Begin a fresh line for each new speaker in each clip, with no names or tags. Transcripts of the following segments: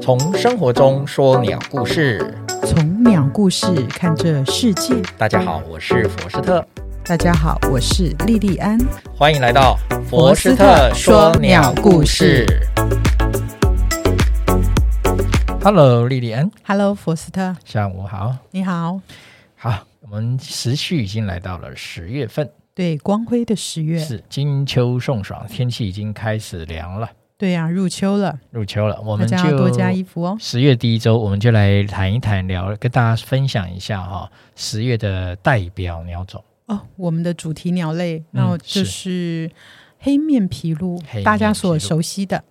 从生活中说鸟故事。
从鸟故事看这世界。
大家好，我是佛斯特，
大家好，我是莉莉安。
欢迎来到
佛斯特说鸟故事。
Hello，莉莉安，
Hello，佛斯特，
下午好。
你好。
好，我们时序已经来到了十月份，
对，光辉的十月，
是金秋送爽，天气已经开始凉了，
对啊，入秋了，
入秋了，我
大
们
家
就
要多加衣服哦。
十月第一周，我们就来谈一谈聊，跟大家分享一下哈、十月的代表鸟种。
哦，我们的主题鸟类，那我就是黑面
嗯
琵鹭
黑面琵鹭，
大家所熟悉的。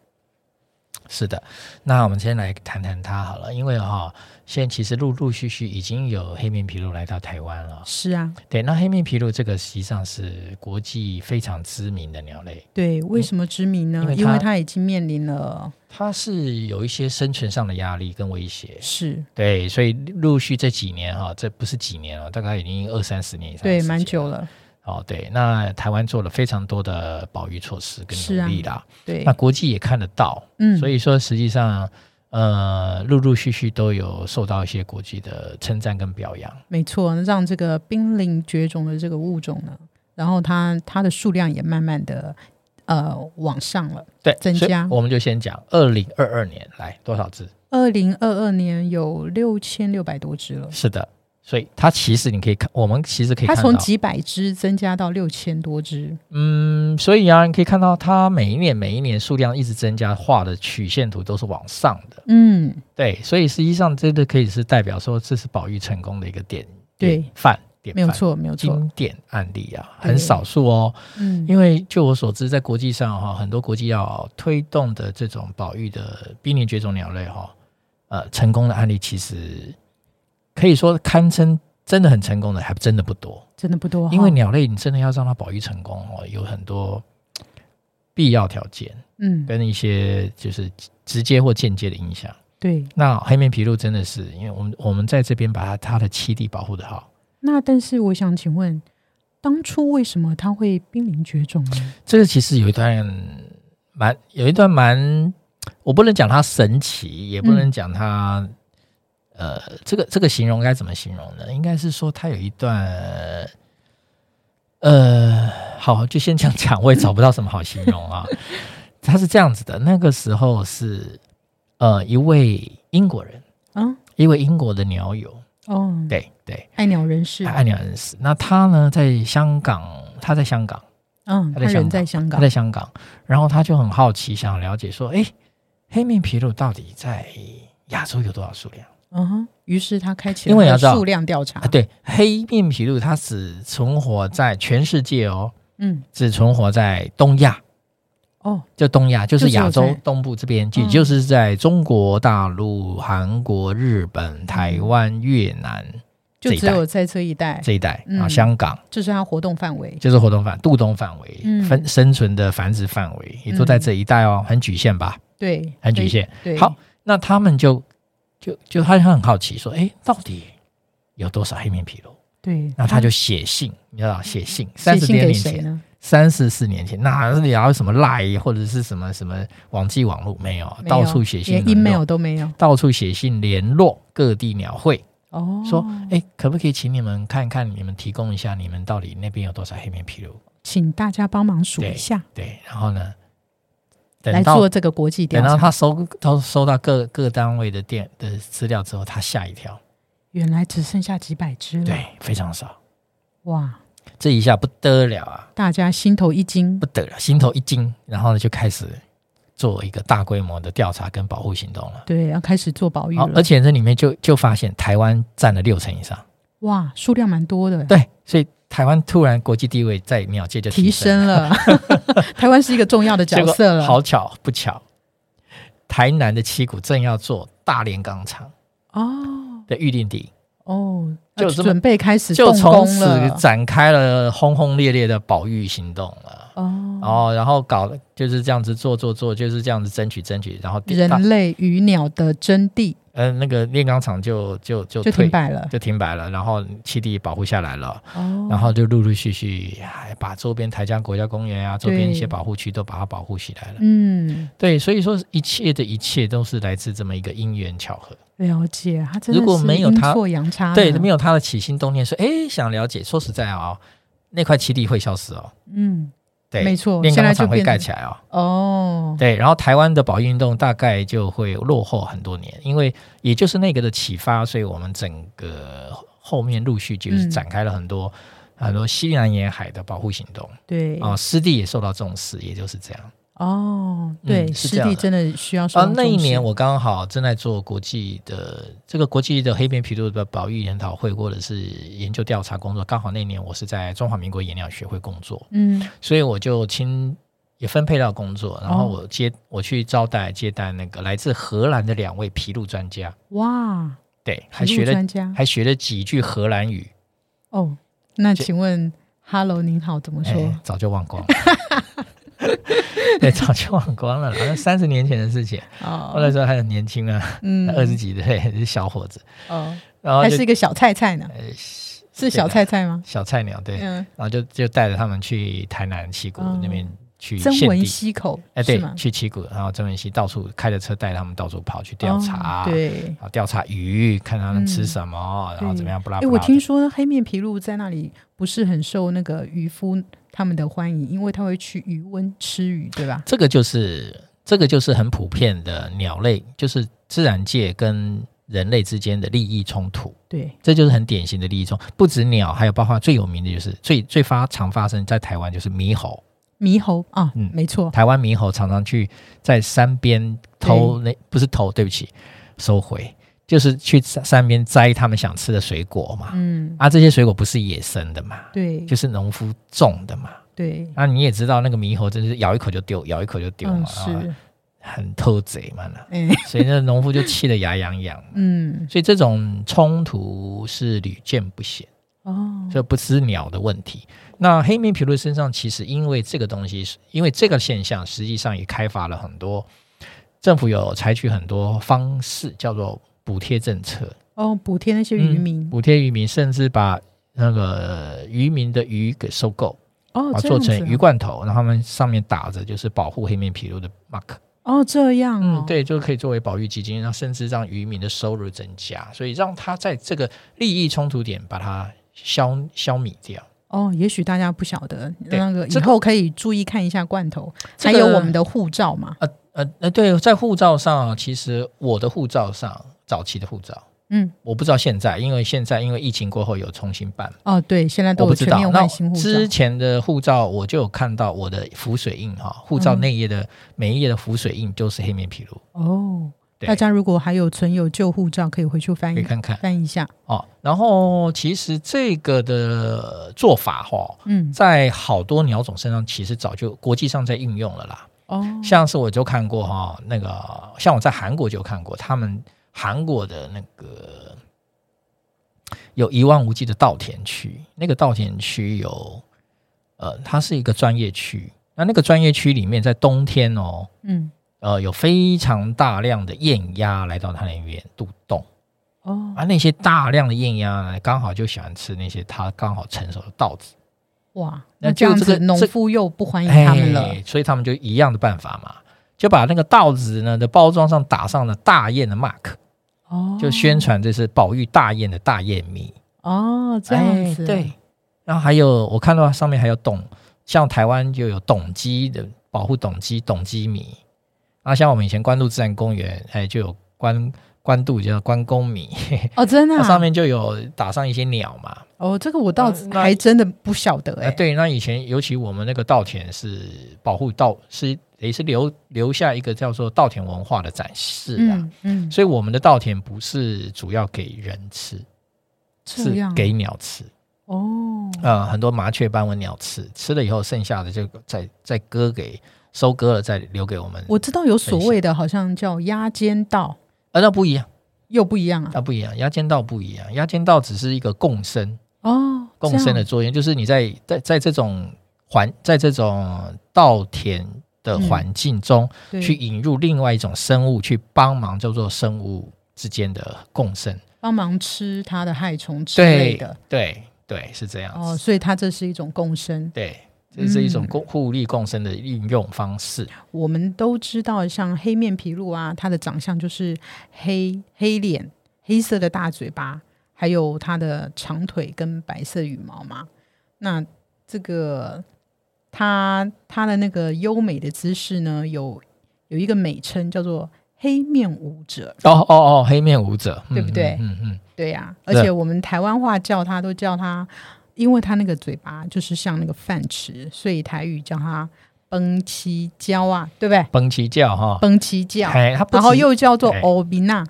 是的，那我们先来谈谈它好了，因为哈、现在其实陆陆续续已经有黑面琵鹭来到台湾了。
是啊，
对，那黑面琵鹭这个实际上是国际非常知名的鸟类，
对，为什么知名呢
因？为它
因为它已经面临了
它是有一些生存上的压力跟威胁。
是，
对，所以陆续这几年哈、这不是几年了，大概已经二三十年以上，
对，蛮久。了，
哦，对，那台湾做了非常多的保育措施跟
是
努
啊
力啦，
对
那，国际也看得到，
嗯，
所以说实际上，呃，陆陆续续都有受到一些国际的称赞跟表扬。
没错，让这个濒临绝种的这个物种呢，然后它它的数量也慢慢的呃往上了。
对，
增
所以
加
我们就先讲二零二二年来多少只？
二零二二年有六千六百多只了，
是的，所以它其实你可以看，我们其实可以
它
看到，
从几百只增加到六千多只，
嗯，所以啊，你可以看到它每一年每一年数量一直增加，画的曲线图都是往上的。
嗯，
对，所以实际上真的可以是代表说这是保育成功的一个典
对
典范，典
没有
范
错，没有错，
经典案例啊，
对
很少数哦。
嗯，
因为据我所知，在国际上哈，很多国际要推动的这种保育的濒临绝种鸟类哈，呃，成功的案例其实可以说堪称真的很成功的，还真的不多。
真的不多哈，
因为鸟类你真的要让它保育成功哦，有很多必要条件
嗯，
跟一些就是直接或间接的影响。
对，
那黑面琵鹭真的是，因为我们我们在这边把它它的栖地保护的好，
那但是我想请问，当初为什么它会濒临绝种呢？
这个其实有一段蛮有一段蛮，我不能讲它神奇，也不能讲它、呃，这个这个形容该怎么形容呢？应该是说它有一段呃，好，就先这样讲，我也找不到什么好形容啊。它是这样子的，那个时候是呃一位英国人，
啊，
一位英国的鸟友，
哦，
对对，
爱鸟人士
他，爱鸟人士。那他呢，在香港，他在香港。
嗯，
他
他
在香
人
港
在香
他
港，
在香港，然后他就很好奇，想了解说，哎，黑面琵鹭到底在亚洲有多少数量
嗯哼，于是他开启
因为你
了
要知道
数量调查
啊？，对，黑面琵鹭它只存活在全世界哦，
嗯，
只存活在东亚，
哦，
就东亚，就
就是只有
亚洲
在
东部这边，也
嗯
就是在中国大陆、韩国、日
嗯
本、台湾、越南
就
这一
只
带
有在这一带，
这一带啊，
嗯
香港。
这是它活动范围。
就是活动范渡冬范围，
嗯
分生存的繁殖范围也都在
嗯
这一带哦，很局限吧？
对，
很局
所以。
限。
对，
好，，那他们就就就他很好奇说，哎，到底有多少黑面琵鹭？
对，
那他就写信，你知道，写信，
嗯写
三十
信
年
给
年
谁
前，
呢？
三十四年前，那聊什么赖或者是什么什么网际网络没有，
没有
到处写信
连
联络
email 都没有。
到处写信联络各地鸟会，
哦，
说，哎，可不可以请你们看看，你们提供一下，你们到底那边有多少黑面琵鹭？
请大家帮忙数一下，
对，然后呢，等
来
到
做这个国际调
等到
查。
他收到收到各各单位的电的资料之后，他吓一跳，
原来只剩下几百只了，
对，非常少，
哇，
这一下不得了啊，
大家心头一惊
不。得了，心头一惊，然后呢就开始做一个大规模的调查跟保护行动了。
对，要开始做保育
好，而
了。
且这里面就就发现台湾占了六成以上，
哇，数量蛮多的，
对，所以台湾突然国际地位在鸟界就
提
升了。
升了。 台湾是一个重要的角色
结果
了。
好巧不巧，台南的七股正要做大连钢厂
哦
的预定地，
哦，
就
呃
这么
准备开始
就
动
从
工
此
了。
展开了轰轰烈烈的保育行动了。
哦，
哦，然后搞就是这样子做做做，就是这样子争取争取，然后第
人
大
类与鸟的争地。
呃，那个炼钢厂就就就
就
退
停摆了。
就停摆了，然后栖地保护下来了，
哦，
然后就陆陆续续还把周边台江国家公园啊，周边一些
对
保护区都把它保护起来了。
嗯，
对，所以说一切的一切都是来自这么一个因缘巧合。
了解，他真的
如果
是
没有
阴
他
错阳差呢，
对，没有他的起心动念说，哎，想了解。说实在啊、那块栖地会消失哦，
嗯，
对，
没错
炼
现
钢
在就
厂会
变
盖
成
起来哦，
哦，
对，然后台湾的保育运动大概就会落后很多年，因为也就是那个的启发，所以我们整个后面陆续就是
嗯
展开了很多、很多西南沿海的保护行动
对，
啊、湿地也受到重视，也就是这样。
哦，
嗯
对，
是
湿
这样
地
的
真的需要
啊
受到，
那一
重视
年我刚好正在做国际的这个国际的黑边琵鹭的保育研讨会或者是研究调查工作，刚好那年我是在中华民国野鸟学会工作，
嗯
所以我就亲也分配到工作，
哦
然后我接、我去招待接待那个来自荷兰的两位琵鹭专家，
哇，
对，还
还
学了
专家
还学了几句荷兰语，
哦，那
这
请问 “hello” 您好怎么说？
哎早就忘光了， 对，早就忘光了啦，好像三十年前的事情，我那
哦，
时候还很年轻啊，
嗯
二十几岁 是小伙子，
哦，
然后
还
就是
一个小菜菜呢，
呃
是小菜菜吗？
小菜鸟对，
嗯，
然后就就带着他们去台南七股
哦
那边去
曾
献
文
地，
溪口
哎
是
对，
吗？
去七股，然后曾文熙到处开着车带他们到处跑去调查啊，
哦对。
啊调查鱼，看他们吃
嗯
什么，然后
对
怎么样，不拉
哎、
不拉的。
我听说黑面琵鹭在那里不是很受那个渔夫他们的欢迎，因为他会去渔温吃鱼，对吧？
这个就是这个就是很普遍的鸟类，就是自然界跟人类之间的利益冲突。
对，
这就是很典型的利益冲，不止鸟，还有包括最有名的就是最最发常发生在台湾就是猕猴，
猕猴啊，
嗯
没错，
台湾猕猴常常去在山边偷那不是偷，对不起，收回，就是去山山边摘他们想吃的水果嘛。
嗯，
啊，这些水果不是野生的嘛，
对，
就是农夫种的嘛。
对，
那、你也知道，那个猕猴真是咬一口就丢，咬一口就丢嘛，
嗯
啊
是，
很偷贼嘛。
哎、
所以那农夫就气得牙痒痒。
嗯，
所以这种冲突是屡见不鲜，
哦，
这不是鸟的问题。那黑面琵鹭身上其实因为这个东西，因为这个现象，实际上也开发了很多政府有采取很多方式，叫做补贴政策，
哦，补贴那些渔民、
补贴渔民，甚至把那个渔民的鱼给收购，
哦，
把它
这
做
样子
成鱼罐头，然后他们上面打着就是保护黑面琵鹭的 mark。
哦，这样哦，
嗯，，对，就可以作为保育基金，然后甚至让渔民的收入增加，所以让他在这个利益冲突点把它消消弭掉。
哦，也许大家不晓得
对
那个以
这个
后可以注意看一下罐头，
这
还有
个
我们的护照嘛，
呃呃呃，对，在护照上啊，其实我的护照上，早期的护照，
嗯，
我不知道现在，因为现在因为疫情过后有重新办，
哦，对，现在
我
都
不
有
知
全
道。
面
那
换新护
之
照，
前的护照我就有看到我的浮水印哈、护照
嗯
内页的、每一页的浮水印就是黑面琵鹭，
哦，
对
大家如果还有存有旧护照，可以回去翻
可以
一
看看
翻一下，
哦。然后其实这个的做法哈、
嗯，
在好多鸟种身上其实早就国际上在应用了啦。
哦，
像是我就看过哈、那个像我在韩国就看过，他们韩国的那个有一望无际的稻田区，那个稻田区有呃，它是一个专业区。那那个专业区里面，在冬天哦，
嗯，
呃，有非常大量的雁鸭来到它那边渡冬
哦，
啊，那些大量的雁鸭呢，刚好就喜欢吃那些它刚好成熟的稻子。
哇，
那
那这样
就这
子
个
农
这
夫又不欢迎他们了，
哎所以他们就一样的办法嘛，就把那个稻子呢的包装上打上了大雁的 mark，
哦，
就宣传这是保育大雁的大雁蜜。
哦，这样
哎
子，
对，然后还有我看到上面还有董，像台湾就有董鸡的保护董鸡、董鸡米，啊，像我们以前关渡自然公园，哎，就有关关渡叫关公米，
哦，真的、
它
啊，
上面就有打上一些鸟嘛。
哦，这个我倒
嗯那
还真的不晓得哎、
哎，对，那以前尤其我们那个稻田是保护稻，是也是留留下一个叫做稻田文化的展示啊。
嗯嗯，
所以我们的稻田不是主要给人吃，
这
是
样
给鸟吃。
哦，
呃，很多麻雀、斑纹鸟吃，吃了以后剩下的就再再割给收割了，再留给我们。
我知道有所谓的，好像叫压尖稻，
啊，那不一样，
又不一样啊。
那不一样，压尖稻不一样，压尖稻只是一个共生
哦，
呃共生的
这样
作用，就是你在在在这种环在这种稻田的
嗯
环境中。
对
去引入另外一种生物去帮忙，叫做生物之间的共生。
帮忙吃它的害虫之类的。
对对，是这样
哦，
子。
所以它这是一种共生。
对，这是一种
嗯
共互利共生的运用方式。
我们都知道，像黑面琵鹭啊，它的长相就是黑黑脸、黑色的大嘴巴，还有它的长腿跟白色羽毛嘛。那这个它它的那个优美的姿势呢，有有一个美称叫做黑面舞者，
哦哦哦，黑面舞者，嗯
对不对
嗯嗯
对呀、
是
而且我们台湾话叫它都叫它，因为它那个嘴巴就是像那个饭匙，所以台语叫它崩七椒啊，对不对？
蹦起叫哈。
崩七椒。
哎，他不
然后
止
又叫做
哎
欧比娜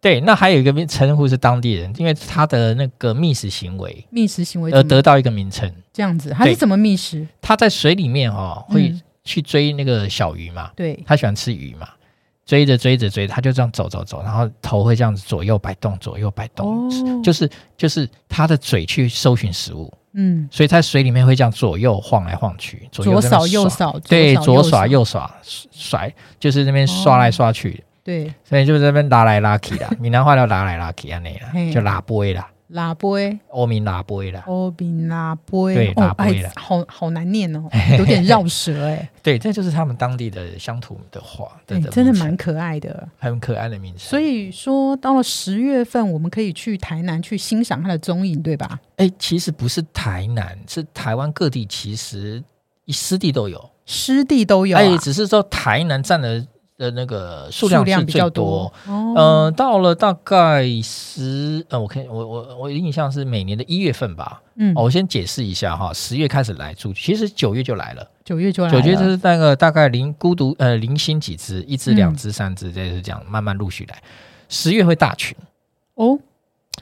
对，那还有一个称呼是当地人，因为他的那个觅食行为
觅食行为
而
怎么
呃得到一个名称。
这样子，它是
对
怎么觅食？
他在水里面哦，会
嗯
去追那个小鱼嘛，
对，
他喜欢吃鱼嘛，追着追着追着，他就这样走走走，然后头会这样子左右摆动，左右摆动，
哦
就是就是他的嘴去搜寻食物，
嗯，
所以他水里面会这样左右晃来晃去，左右
左
这边
扫右扫，
对，左
扫哦
耍右耍甩，就是那边刷来刷去，
对，
所以就是这边拉来拉去 啦，闽南话叫拉来拉去安尼啦
嘿，哦
就拉杯啦，
拉波
欧明拉杯啦，
欧比拉波，
对
哦
拉波
哎
啦
好好难念 哦，有点绕舌哎，
对，这就是他们当地的乡土的话，
哎
的
真的
名
蛮
称
可爱的。
很可爱的名称。
所以说，到了十月份，我们可以去台南去欣赏它的踪影，对吧？
哎，其实不是台南，是台湾各地，其实湿地都有，
湿地都有啊，
哎，只是说台南占的的那个数量
数
是
量比
最
较
多。
哦，
嗯、到了大概十，呃，我看我我我印象是每年的一月份吧。
嗯
哦，我先解释一下哈，十月开始来住，其实九月就来了，
九月就来
九
了，
月就是那个大概零孤独呃零星几只，一只、
嗯
两只、三只，这就是这样慢慢陆续来。十月会大群，
哦。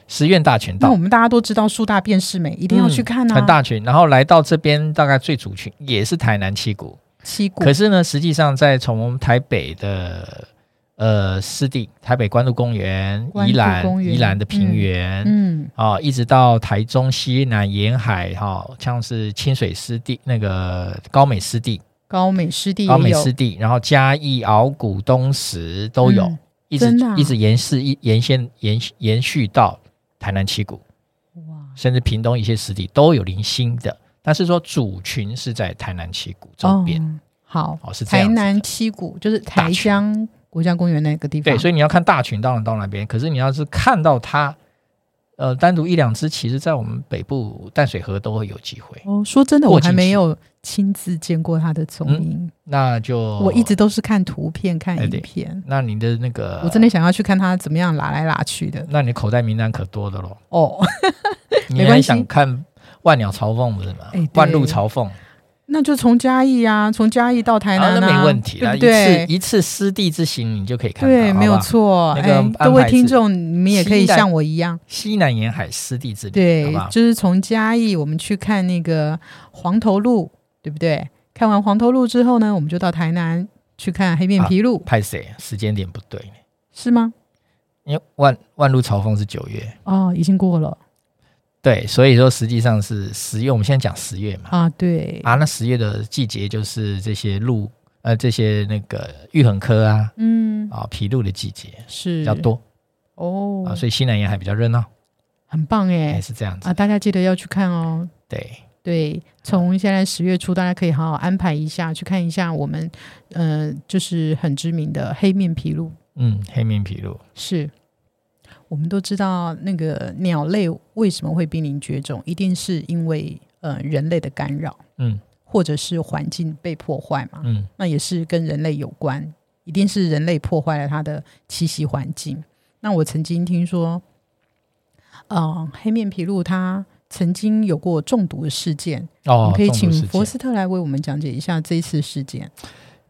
十月大群
那
到
我，们大家都知道树大便是美，一定要去看啊，
嗯很大群，然后来到这边大概最主群也是台南七股，
七股
可是呢，实际上在从我们台北的呃湿地，台北关渡公园、
关渡
宜兰、
公园
宜兰的平原。
嗯，
啊，一直到台中西南沿海，哈、像是清水湿地、那个高美湿地、
高美湿地也有，
高美湿地，然后嘉义、鳌谷、东石都有，
嗯
一直
真的啊
一直延续一沿线延延续到台南七股，
哇，
甚至屏东一些湿地都有零星的，但是说主群是在台南七股周边，
哦、好，
哦，是这样
台
子。
南七股就是台江国家公园那个地方，
对，所以你要看大群，当然到那边。可是你要是看到它，呃，单独一两只，其实在我们北部淡水河都会有机会。
哦，说真的，
过
我
境
还没有亲自见过它的踪影，
那就
我一，直都是看图片、看
哦哎
影
对呃
片。
那你的那个，
我真的，想要去看它怎么样拉来拉去的
那你口袋名单可多的咯。
哦。
你
没关
还
系
想看万鸟朝凤不是吗
哎对？
万路朝凤，
那就从嘉义啊，从嘉义到台
然后
南、啊，
那没问题
对
啦。
不
一次
对？
一次湿地之行，你就可以看到，
对，没有
好不好。
错。
那个
哎
安，排
各位
是
听众，你们也可以
期待
像我一样，
西南沿海湿地之旅，好
对
不好，？
就是从嘉义我们去看那个黄头鹿，对不对？看完黄头鹿之后呢，我们就到台南去看黑面琵鹭，
派谁？时间点不对，
是吗？
因为万万路朝凤是九月，
哦，已经过了
对，所以说实际上是十月，我们现在讲十月嘛，
啊，对，
啊，那十月的季节就是这些鹿，呃，这些那个玉衡科啊，
嗯，
啊，皮鹿的季节
是
比较多
哦，
啊，所以西南沿海比较热闹，
很棒
还
哎
是这样子。
啊，大家记得要去看哦。
对，
对，从现在十月初，大家可以好好安排一下，去看一下我们，呃，就是很知名的黑面琵鹭。
嗯，黑面琵鹭，
是，我们都知道那个鸟类为什么会濒临绝种，一定是因为呃人类的干扰，
嗯
或者是环境被破坏嘛。
嗯，
那也是跟人类有关，一定是人类破坏了它的栖息环境。那我曾经听说，呃，黑面琵鹭它曾经有过中毒的事件，我
哦
们，可以
中毒
请
事
佛
件。
斯特来为我们讲解一下这一次事件。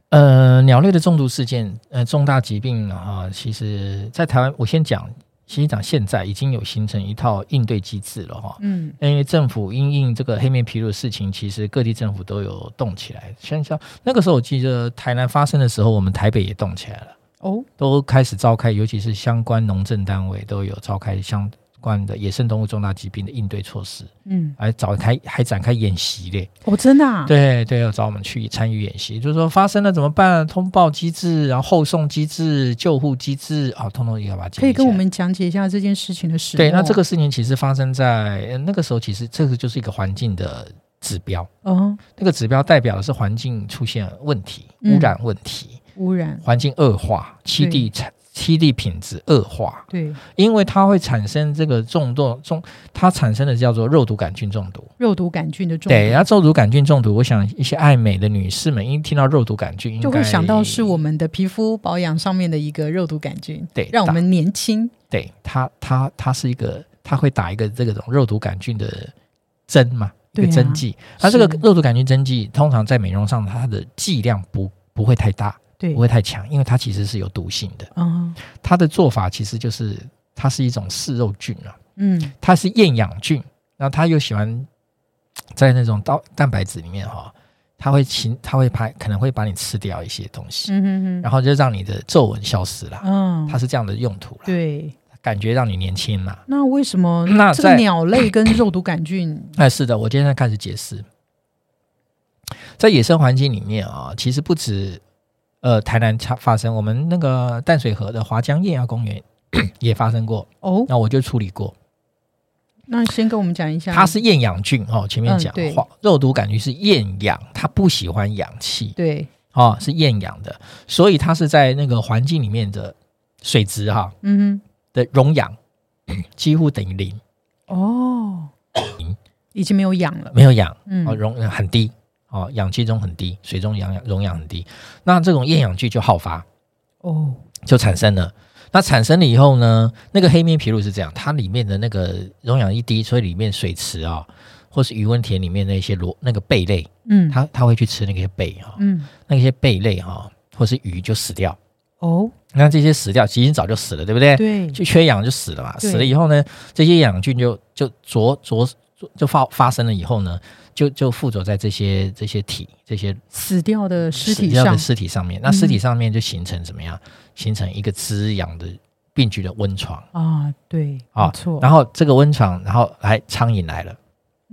呃，鸟类的中毒事件，呃，重大疾病啊、其实在台湾，我先讲，先讲现在已经有形成一套应对机制了哈、
嗯，
因为政府因应这个黑面琵鹭的事情，其实各地政府都有动起来。像像那个时候，我记得台南发生的时候，我们台北也动起来了，
哦，
都开始召开，尤其是相关农政单位都有召开相关的野生动物重大疾病的应对措施，
嗯，
还展开还展开演习嘞。
哦，真的啊，，
对对，有找我们去参与演习，就是说发生了怎么办？通报机制，然后后送机制、救护机制，啊、通通也要把它建
可以
立起
跟
来
我们讲解一下这件事情的始末。
对，那这个事情其实发生在呃那个时候，其实这个就是一个环境的指标，
哦，
那个指标代表的是环境出现问题、
嗯
污染问题、
污染，
环境恶化、栖地产。栖地品质恶化，
对，
因为它会产生这个重度重，它产生的叫做肉毒杆菌中毒。
肉毒杆菌的重
对，
毒，
然后肉毒杆菌中毒，我想一些爱美的女士们，一听到肉毒杆菌，应
就会
该
想到是我们的皮肤保养上面的一个肉毒杆菌，
对
让我
打
们年轻。
对它，它它是一个，它会打一个这种肉毒杆菌的针嘛，一个
对啊
针剂。它这个
是
肉毒杆菌针剂，通常在美容上，它的剂量不不会太大，
对
不，会太强，因为它其实是有毒性的。
嗯
它的做法其实就是，它是一种嗜肉菌啊，
嗯，
它是厌氧菌，然后它又喜欢在那种蛋蛋白质里面哈、它会侵，它会排，可能会把你吃掉一些东西，
嗯哼
然后就让你的皱纹消失啦。
哼，
它
嗯，
是这样的用途啦，
对。
感觉让你年轻啦。
那为什么
那
这个
在
鸟类跟肉毒杆菌？
哎，是的，我今天开始解释，在野生环境里面啊，其实不止呃台南发发生，我们那个淡水河的华江夜鸭公园 也发生过，
哦，
那我就处理过。
那先跟我们讲一下，
它是厌氧菌哦，前面
嗯
讲
对
话、肉毒杆菌是厌氧，它不喜欢氧气
对，
哦，是厌氧的，所以它是在那个环境里面的水质哈、
嗯
的溶氧 几乎等于零，
哼，哦，已经没有氧了，
没有氧。哦，
嗯，
溶很低，哦，氧气中很低，水中氧氧溶氧很低，那这种厌氧菌就好发，
哦，
就产生了。那产生了以后呢，那个黑面琵鹭是这样，它里面的那个溶氧一低，所以里面水池啊、或是余温田里面那些螺那个贝类，
嗯，
它它会去吃那些贝啊哈、
嗯，
那些贝类哈、或是鱼就死掉。
哦，
那这些死掉，其实早就死了，对不对？
对，
就缺氧就死了嘛。
对
死了以后呢，这些氧菌就就着着就发发生了以后呢，就就附着在这些这些体这些
死掉的尸
死
体
掉的
上，
尸体上面，那
嗯
尸体上面就形成怎么样？形成一个滋养的病菌的温床，
啊，对，
啊
没错，
然后这个温床，然后来苍蝇来了，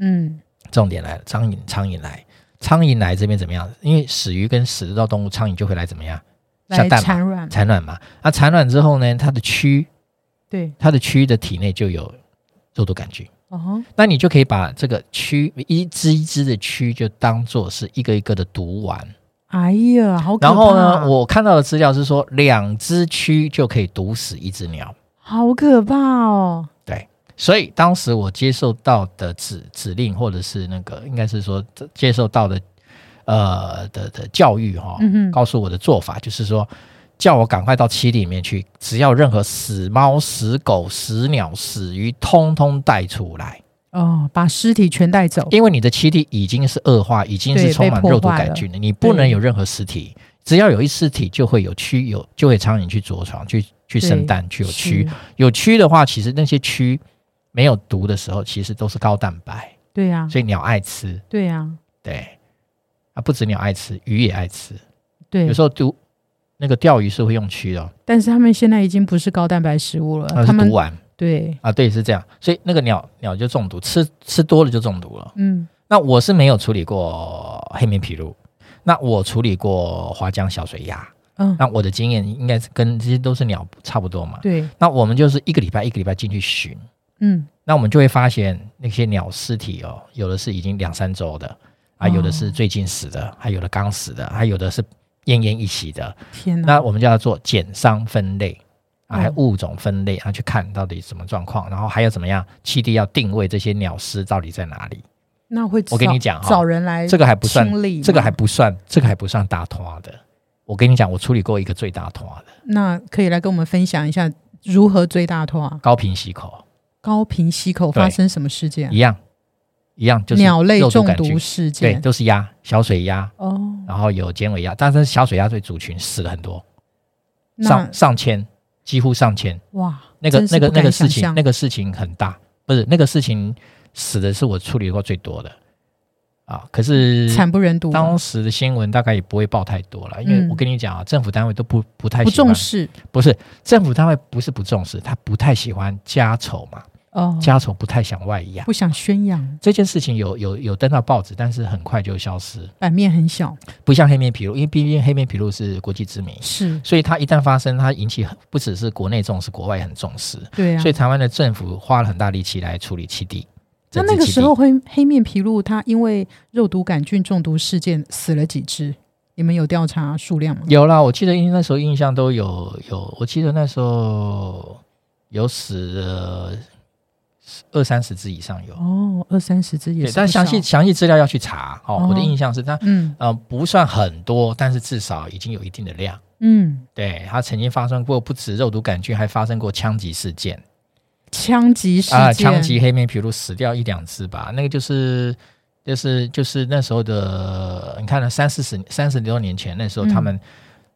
嗯，
重点来了，苍蝇苍蝇来，苍蝇来这边怎么样？因为死鱼跟死肉动物，苍蝇就会来怎么样？下
来
蛋
产
嘛，
卵，
产卵嘛。那产卵之后呢，它的蛆，
对，
它的蛆的体内就有肉毒杆菌。
哦，
那你就可以把这个蛆一只一只的蛆就当做是一个一个的毒丸。
哎呀，好可怕，哦
然后呢，我看到的资料是说，两只蛆就可以毒死一只鸟。
好可怕哦，
所以当时我接受到的指指令，或者是那个应该是说接受到的呃的的教育哈、
嗯哼，
告诉我的做法就是说，叫我赶快到栖地里面去，只要任何死猫、死狗、死鸟、死鱼，通通带出来。
哦，把尸体全带走，
因为你的栖地已经是恶化，已经
哦对
是充满
被破
肉毒
坏
杆
了
菌了，你不能有任何尸体，只要有一尸体就会有蛆，有就会苍蝇去着床，去去生蛋，去有蛆
是，，
有蛆的话，其实那些蛆没有毒的时候，其实都是高蛋白，
对呀，
所以鸟爱吃，
对呀，
对，啊，不止鸟爱吃，鱼也爱吃，
对
有，时候毒。那个钓鱼是会用蛆的哦，
但是他们现在已经不是高蛋白食物了，
那
呃他
是
们
毒丸
对，
啊，对，是这样，所以那个鸟鸟就中毒，吃吃多了就中毒了。
嗯，
那我是没有处理过黑面琵鹭，那我处理过华江小水鸭，
嗯，
那我的经验应该是跟这些都是鸟差不多嘛。
对，
那我们就是一个礼拜一个礼拜进去巡，
嗯，
那我们就会发现那些鸟尸体哦，有的是已经两三周的，啊，
哦
有的是最近死的，还有的刚死的，还有的是奄奄一息的。
天哪，
那我们就要做减伤分类。啊，还
嗯
物种分类，啊然后去看到底什么状况，然后还有怎么样，栖地要定位这些鸟尸到底在哪里。
那会
我跟
找
你讲哈
找人来
这个还不算
哎清理吗，
这个还不算，这个还不算大拖的。我跟你讲，我处理过一个最大拖的
那可以来跟我们分享一下如何追大头啊？
高频吸口，
高频吸口
对
发生什么事件
一？样一样，就是
鸟类
肉毒
中
杆
毒
菌，
事
对，
件。
都是鸭，小水鸭，
哦，
然后有尖尾鸭，但是小水鸭最族群死了很多，
那
上上千，几乎上千。
哇，
那个
真是
那个
不敢
那个事
想
情，
象
那个事情很大，不是那个事情死的是我处理过最多的啊。可是
惨不忍睹，啊
当时的新闻大概也不会报太多了，因为
嗯
我跟你讲啊，政府单位都不不太
不
喜欢
重视
不是政府单位不是不重视，他不太喜欢家丑嘛，
哦，
家丑不太想外扬。
不想宣扬，
这件事情有有有登到报纸，但是很快就消失，
版面很小，
不像黑面琵鹭，因为毕竟黑面琵鹭是国际知名，
是
所以它一旦发生，它引起很不只是国内重视，国外也很重视，
对啊
所。以台湾的政府花了很大力气来处理七地。
那
整治
那个
七
时
地
候黑黑面琵鹭它因为肉毒杆菌中毒事件死了几只？你们有调查数量吗？
有啦，我记得印那时候印象都有有，我记得那时候有死了二三十只以上有，
哦，二三十只也
对，
是，
但详细，详细资料要去查哦。我的
哦
印象是，但
嗯
呃不算很多，但是至少已经有一定的量。
嗯，
对，它曾经发生过不止肉毒杆菌，还发生过枪击事件
枪击事件，
啊、枪击黑面琵鹭死掉一两只吧，那个就是就是就是那时候的，你看了三四十三十多年前，那时候他们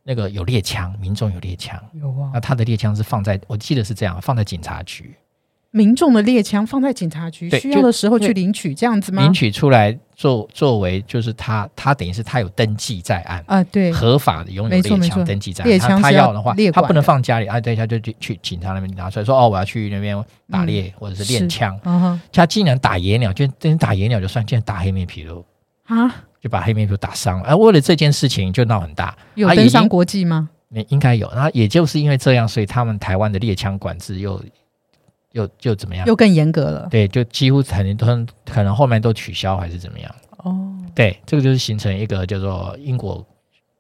那个有猎枪，民众有猎枪，
嗯有啊
那，他的猎枪是放在我记得是这样，放在警察局
民众的猎枪放在警察局，
对
需
就
要的时候
对
去领取，这样子吗？
领取出来作作为就是他他等于是他有登记在案。
啊，对，
合法的拥有
没错
猎
没
枪
错
登记在
猎
案，他
枪
他
是
要
要
的话
列，
他
管
不能
的
放家里，啊，对，他就去去警察那边拿出来说，哦，我要去那边打猎、或者是练
是
枪。
嗯哼
他竟然打野鸟，就真打野鸟就算，竟然打黑面琵鹭，
啊，
就把黑面琵鹭打伤了。而、为了这件事情就闹很大，
有
啊已
登上
经
国际吗？
那应该有。啊那也就是因为这样，所以他们台湾的猎枪管制又又又怎么样？
又更严格了
对，就几乎可能都可能后面都取消还是怎么样？
哦，
对，这个就是形成一个叫做因果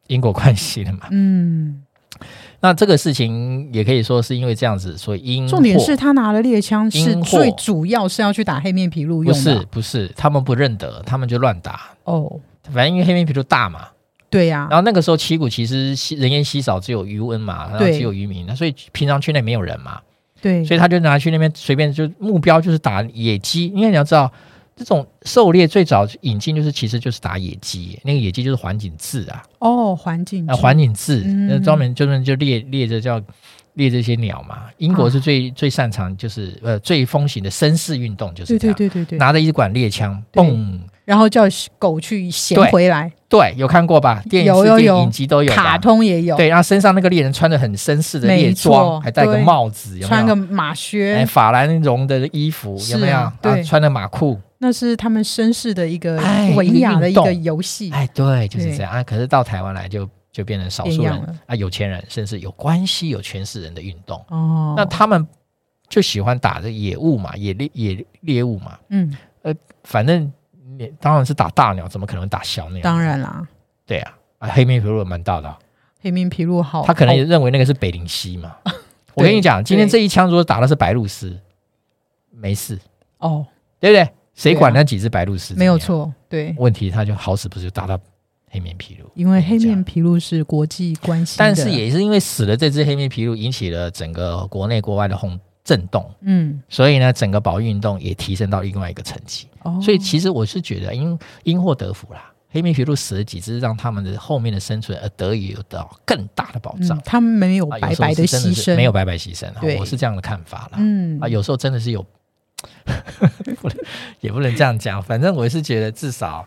因果关系了嘛。
嗯，
那这个事情也可以说是因为这样子，所以因
重点
祸
是他拿了猎枪是
嗯因祸
最主要是要去打黑面琵鹭
不
用
是
的
不是他们不认得，他们就乱打。
哦，
反正因为黑面琵鹭大嘛，
对呀
然，后那个时候旗鼓其实稀人烟稀少，只有渔翁嘛，然后
对
只有渔民，那所以平常圈内没有人嘛，
对，
所以他就拿去那边随便就目标就是打野鸡，因为你要知道。这种狩猎最早引进就是，其实就是打野鸡，那个野鸡就是环境字啊，
哦，环境
啊，
局
环境字，那
嗯
专门专门就猎猎着叫猎这些鸟嘛。英国是最、最擅长就是呃最风行的绅士运动就是这
对对
样，
对对对，
拿着一管猎枪，
对
嘣，
然后叫狗去衔
对
回来，
对，有看过吧？电视
有有
电
有
影集都有吧
卡通也有，
对，然后身上那个猎人穿的很绅士的猎
没错
装，还戴个
对
帽子，有没有？
穿个马
哎，
靴，
法兰绒的衣服
是
有没有？
啊对
穿的马裤，
那是他们绅士的一个
哎
文
一个
雅的
运
一
动
个游戏，
哎，对，就是
对
这样啊。可是到台湾来就就变成少
变
数
样
人
了
啊，有钱人甚至有关系、有权势人的运动，
哦，
那他们就喜欢打的野物嘛，野猎野猎物嘛，
嗯，
反正你当然是打大鸟，怎么可能打小鸟？
当然啦，
对啊，啊，黑面琵鹭蛮大的啊、
黑面琵鹭好，
他可能也
好
认为那个是北灵溪嘛。
哦
我跟你讲，今天这一枪如果打的是白鹭鸶，没事，
哦，
对不对？谁管
对啊
那几只白鹭鸶？
没有。错，对，
问题他就好死不死就打到黑面琵鹭，
因为黑
这
面
样。
琵鹭是国际关系的，
但是也是因为死了这只黑面琵鹭，引起了整个国内国外的轰震动，
嗯，
所以呢，整个保育运动也提升到另外一个层级。
哦，
所以其实我是觉得因因祸得福啦，黑面琵鹭死了几只，让他们的后面的生存而得以有到更大的保障。
嗯，他们没有
啊
白
有时候
白
是
的
真的
牺
是
牲，
没有，白白牺牲啊，
对
我是这样的看法啦。
嗯
啊，，有时候真的是有， 不能也不能这样讲，反正我是觉得至少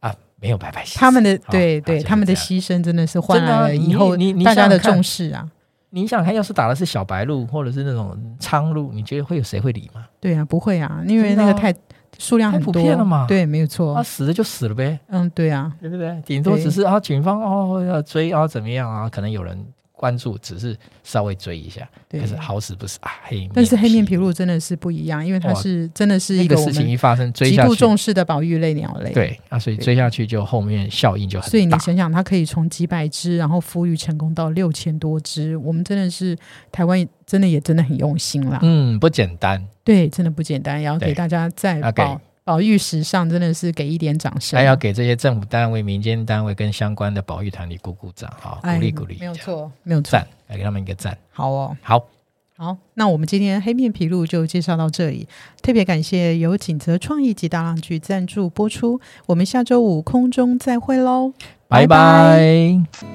啊，没有白白牺牲。
他们的
啊
对
啊
对，
就是
他们的
这样
牺牲真的是换
真的啊
来了
你
以后
你你
大家的
想想看
重视啊，
你想看，要是打的是小白鹿或者是那种苍鹭，你觉得会有谁会理吗？
对啊，不会啊，因为
真的
那
啊
个太数量
太
很
普
多
遍了嘛
对，没有错，
啊，死了就死了呗，
嗯，对啊，
对不对？顶多
对
只是啊，警方哦要追啊怎么样啊，可能有人关注，只是稍微追一下，
对
可。是好死不死啊，黑面
但是黑面
琵
琵鹭真的是不一样，因为它
哇
是真的是
那
一
个
我
事情一
们
发生，追
极
下
度
去
重视的保育类鸟类。，
对，那、所以
对
追下去就后面效应就
所以
很
你
大。
想想，它可以从几百只，然后孵育成功到六千多只，我们真的是台湾真的也真的很用心啦。
嗯，不简单。
对，真的不简单，也要
对
给大家在
要给
保保育史上真的是给一点掌声啊。
还要给这些政府单位、民间单位跟相关的保育团体鼓鼓掌啊，
哎
鼓励鼓励，
没有
这样，
错，没有错。
赞，来给他们一个赞。
好哦，
好，
好，那我们今天黑面琵鹭就介绍到这里，特别感谢由锦泽创意及大浪剧赞助播出，我们下周五空中再会喽。拜
拜
拜
拜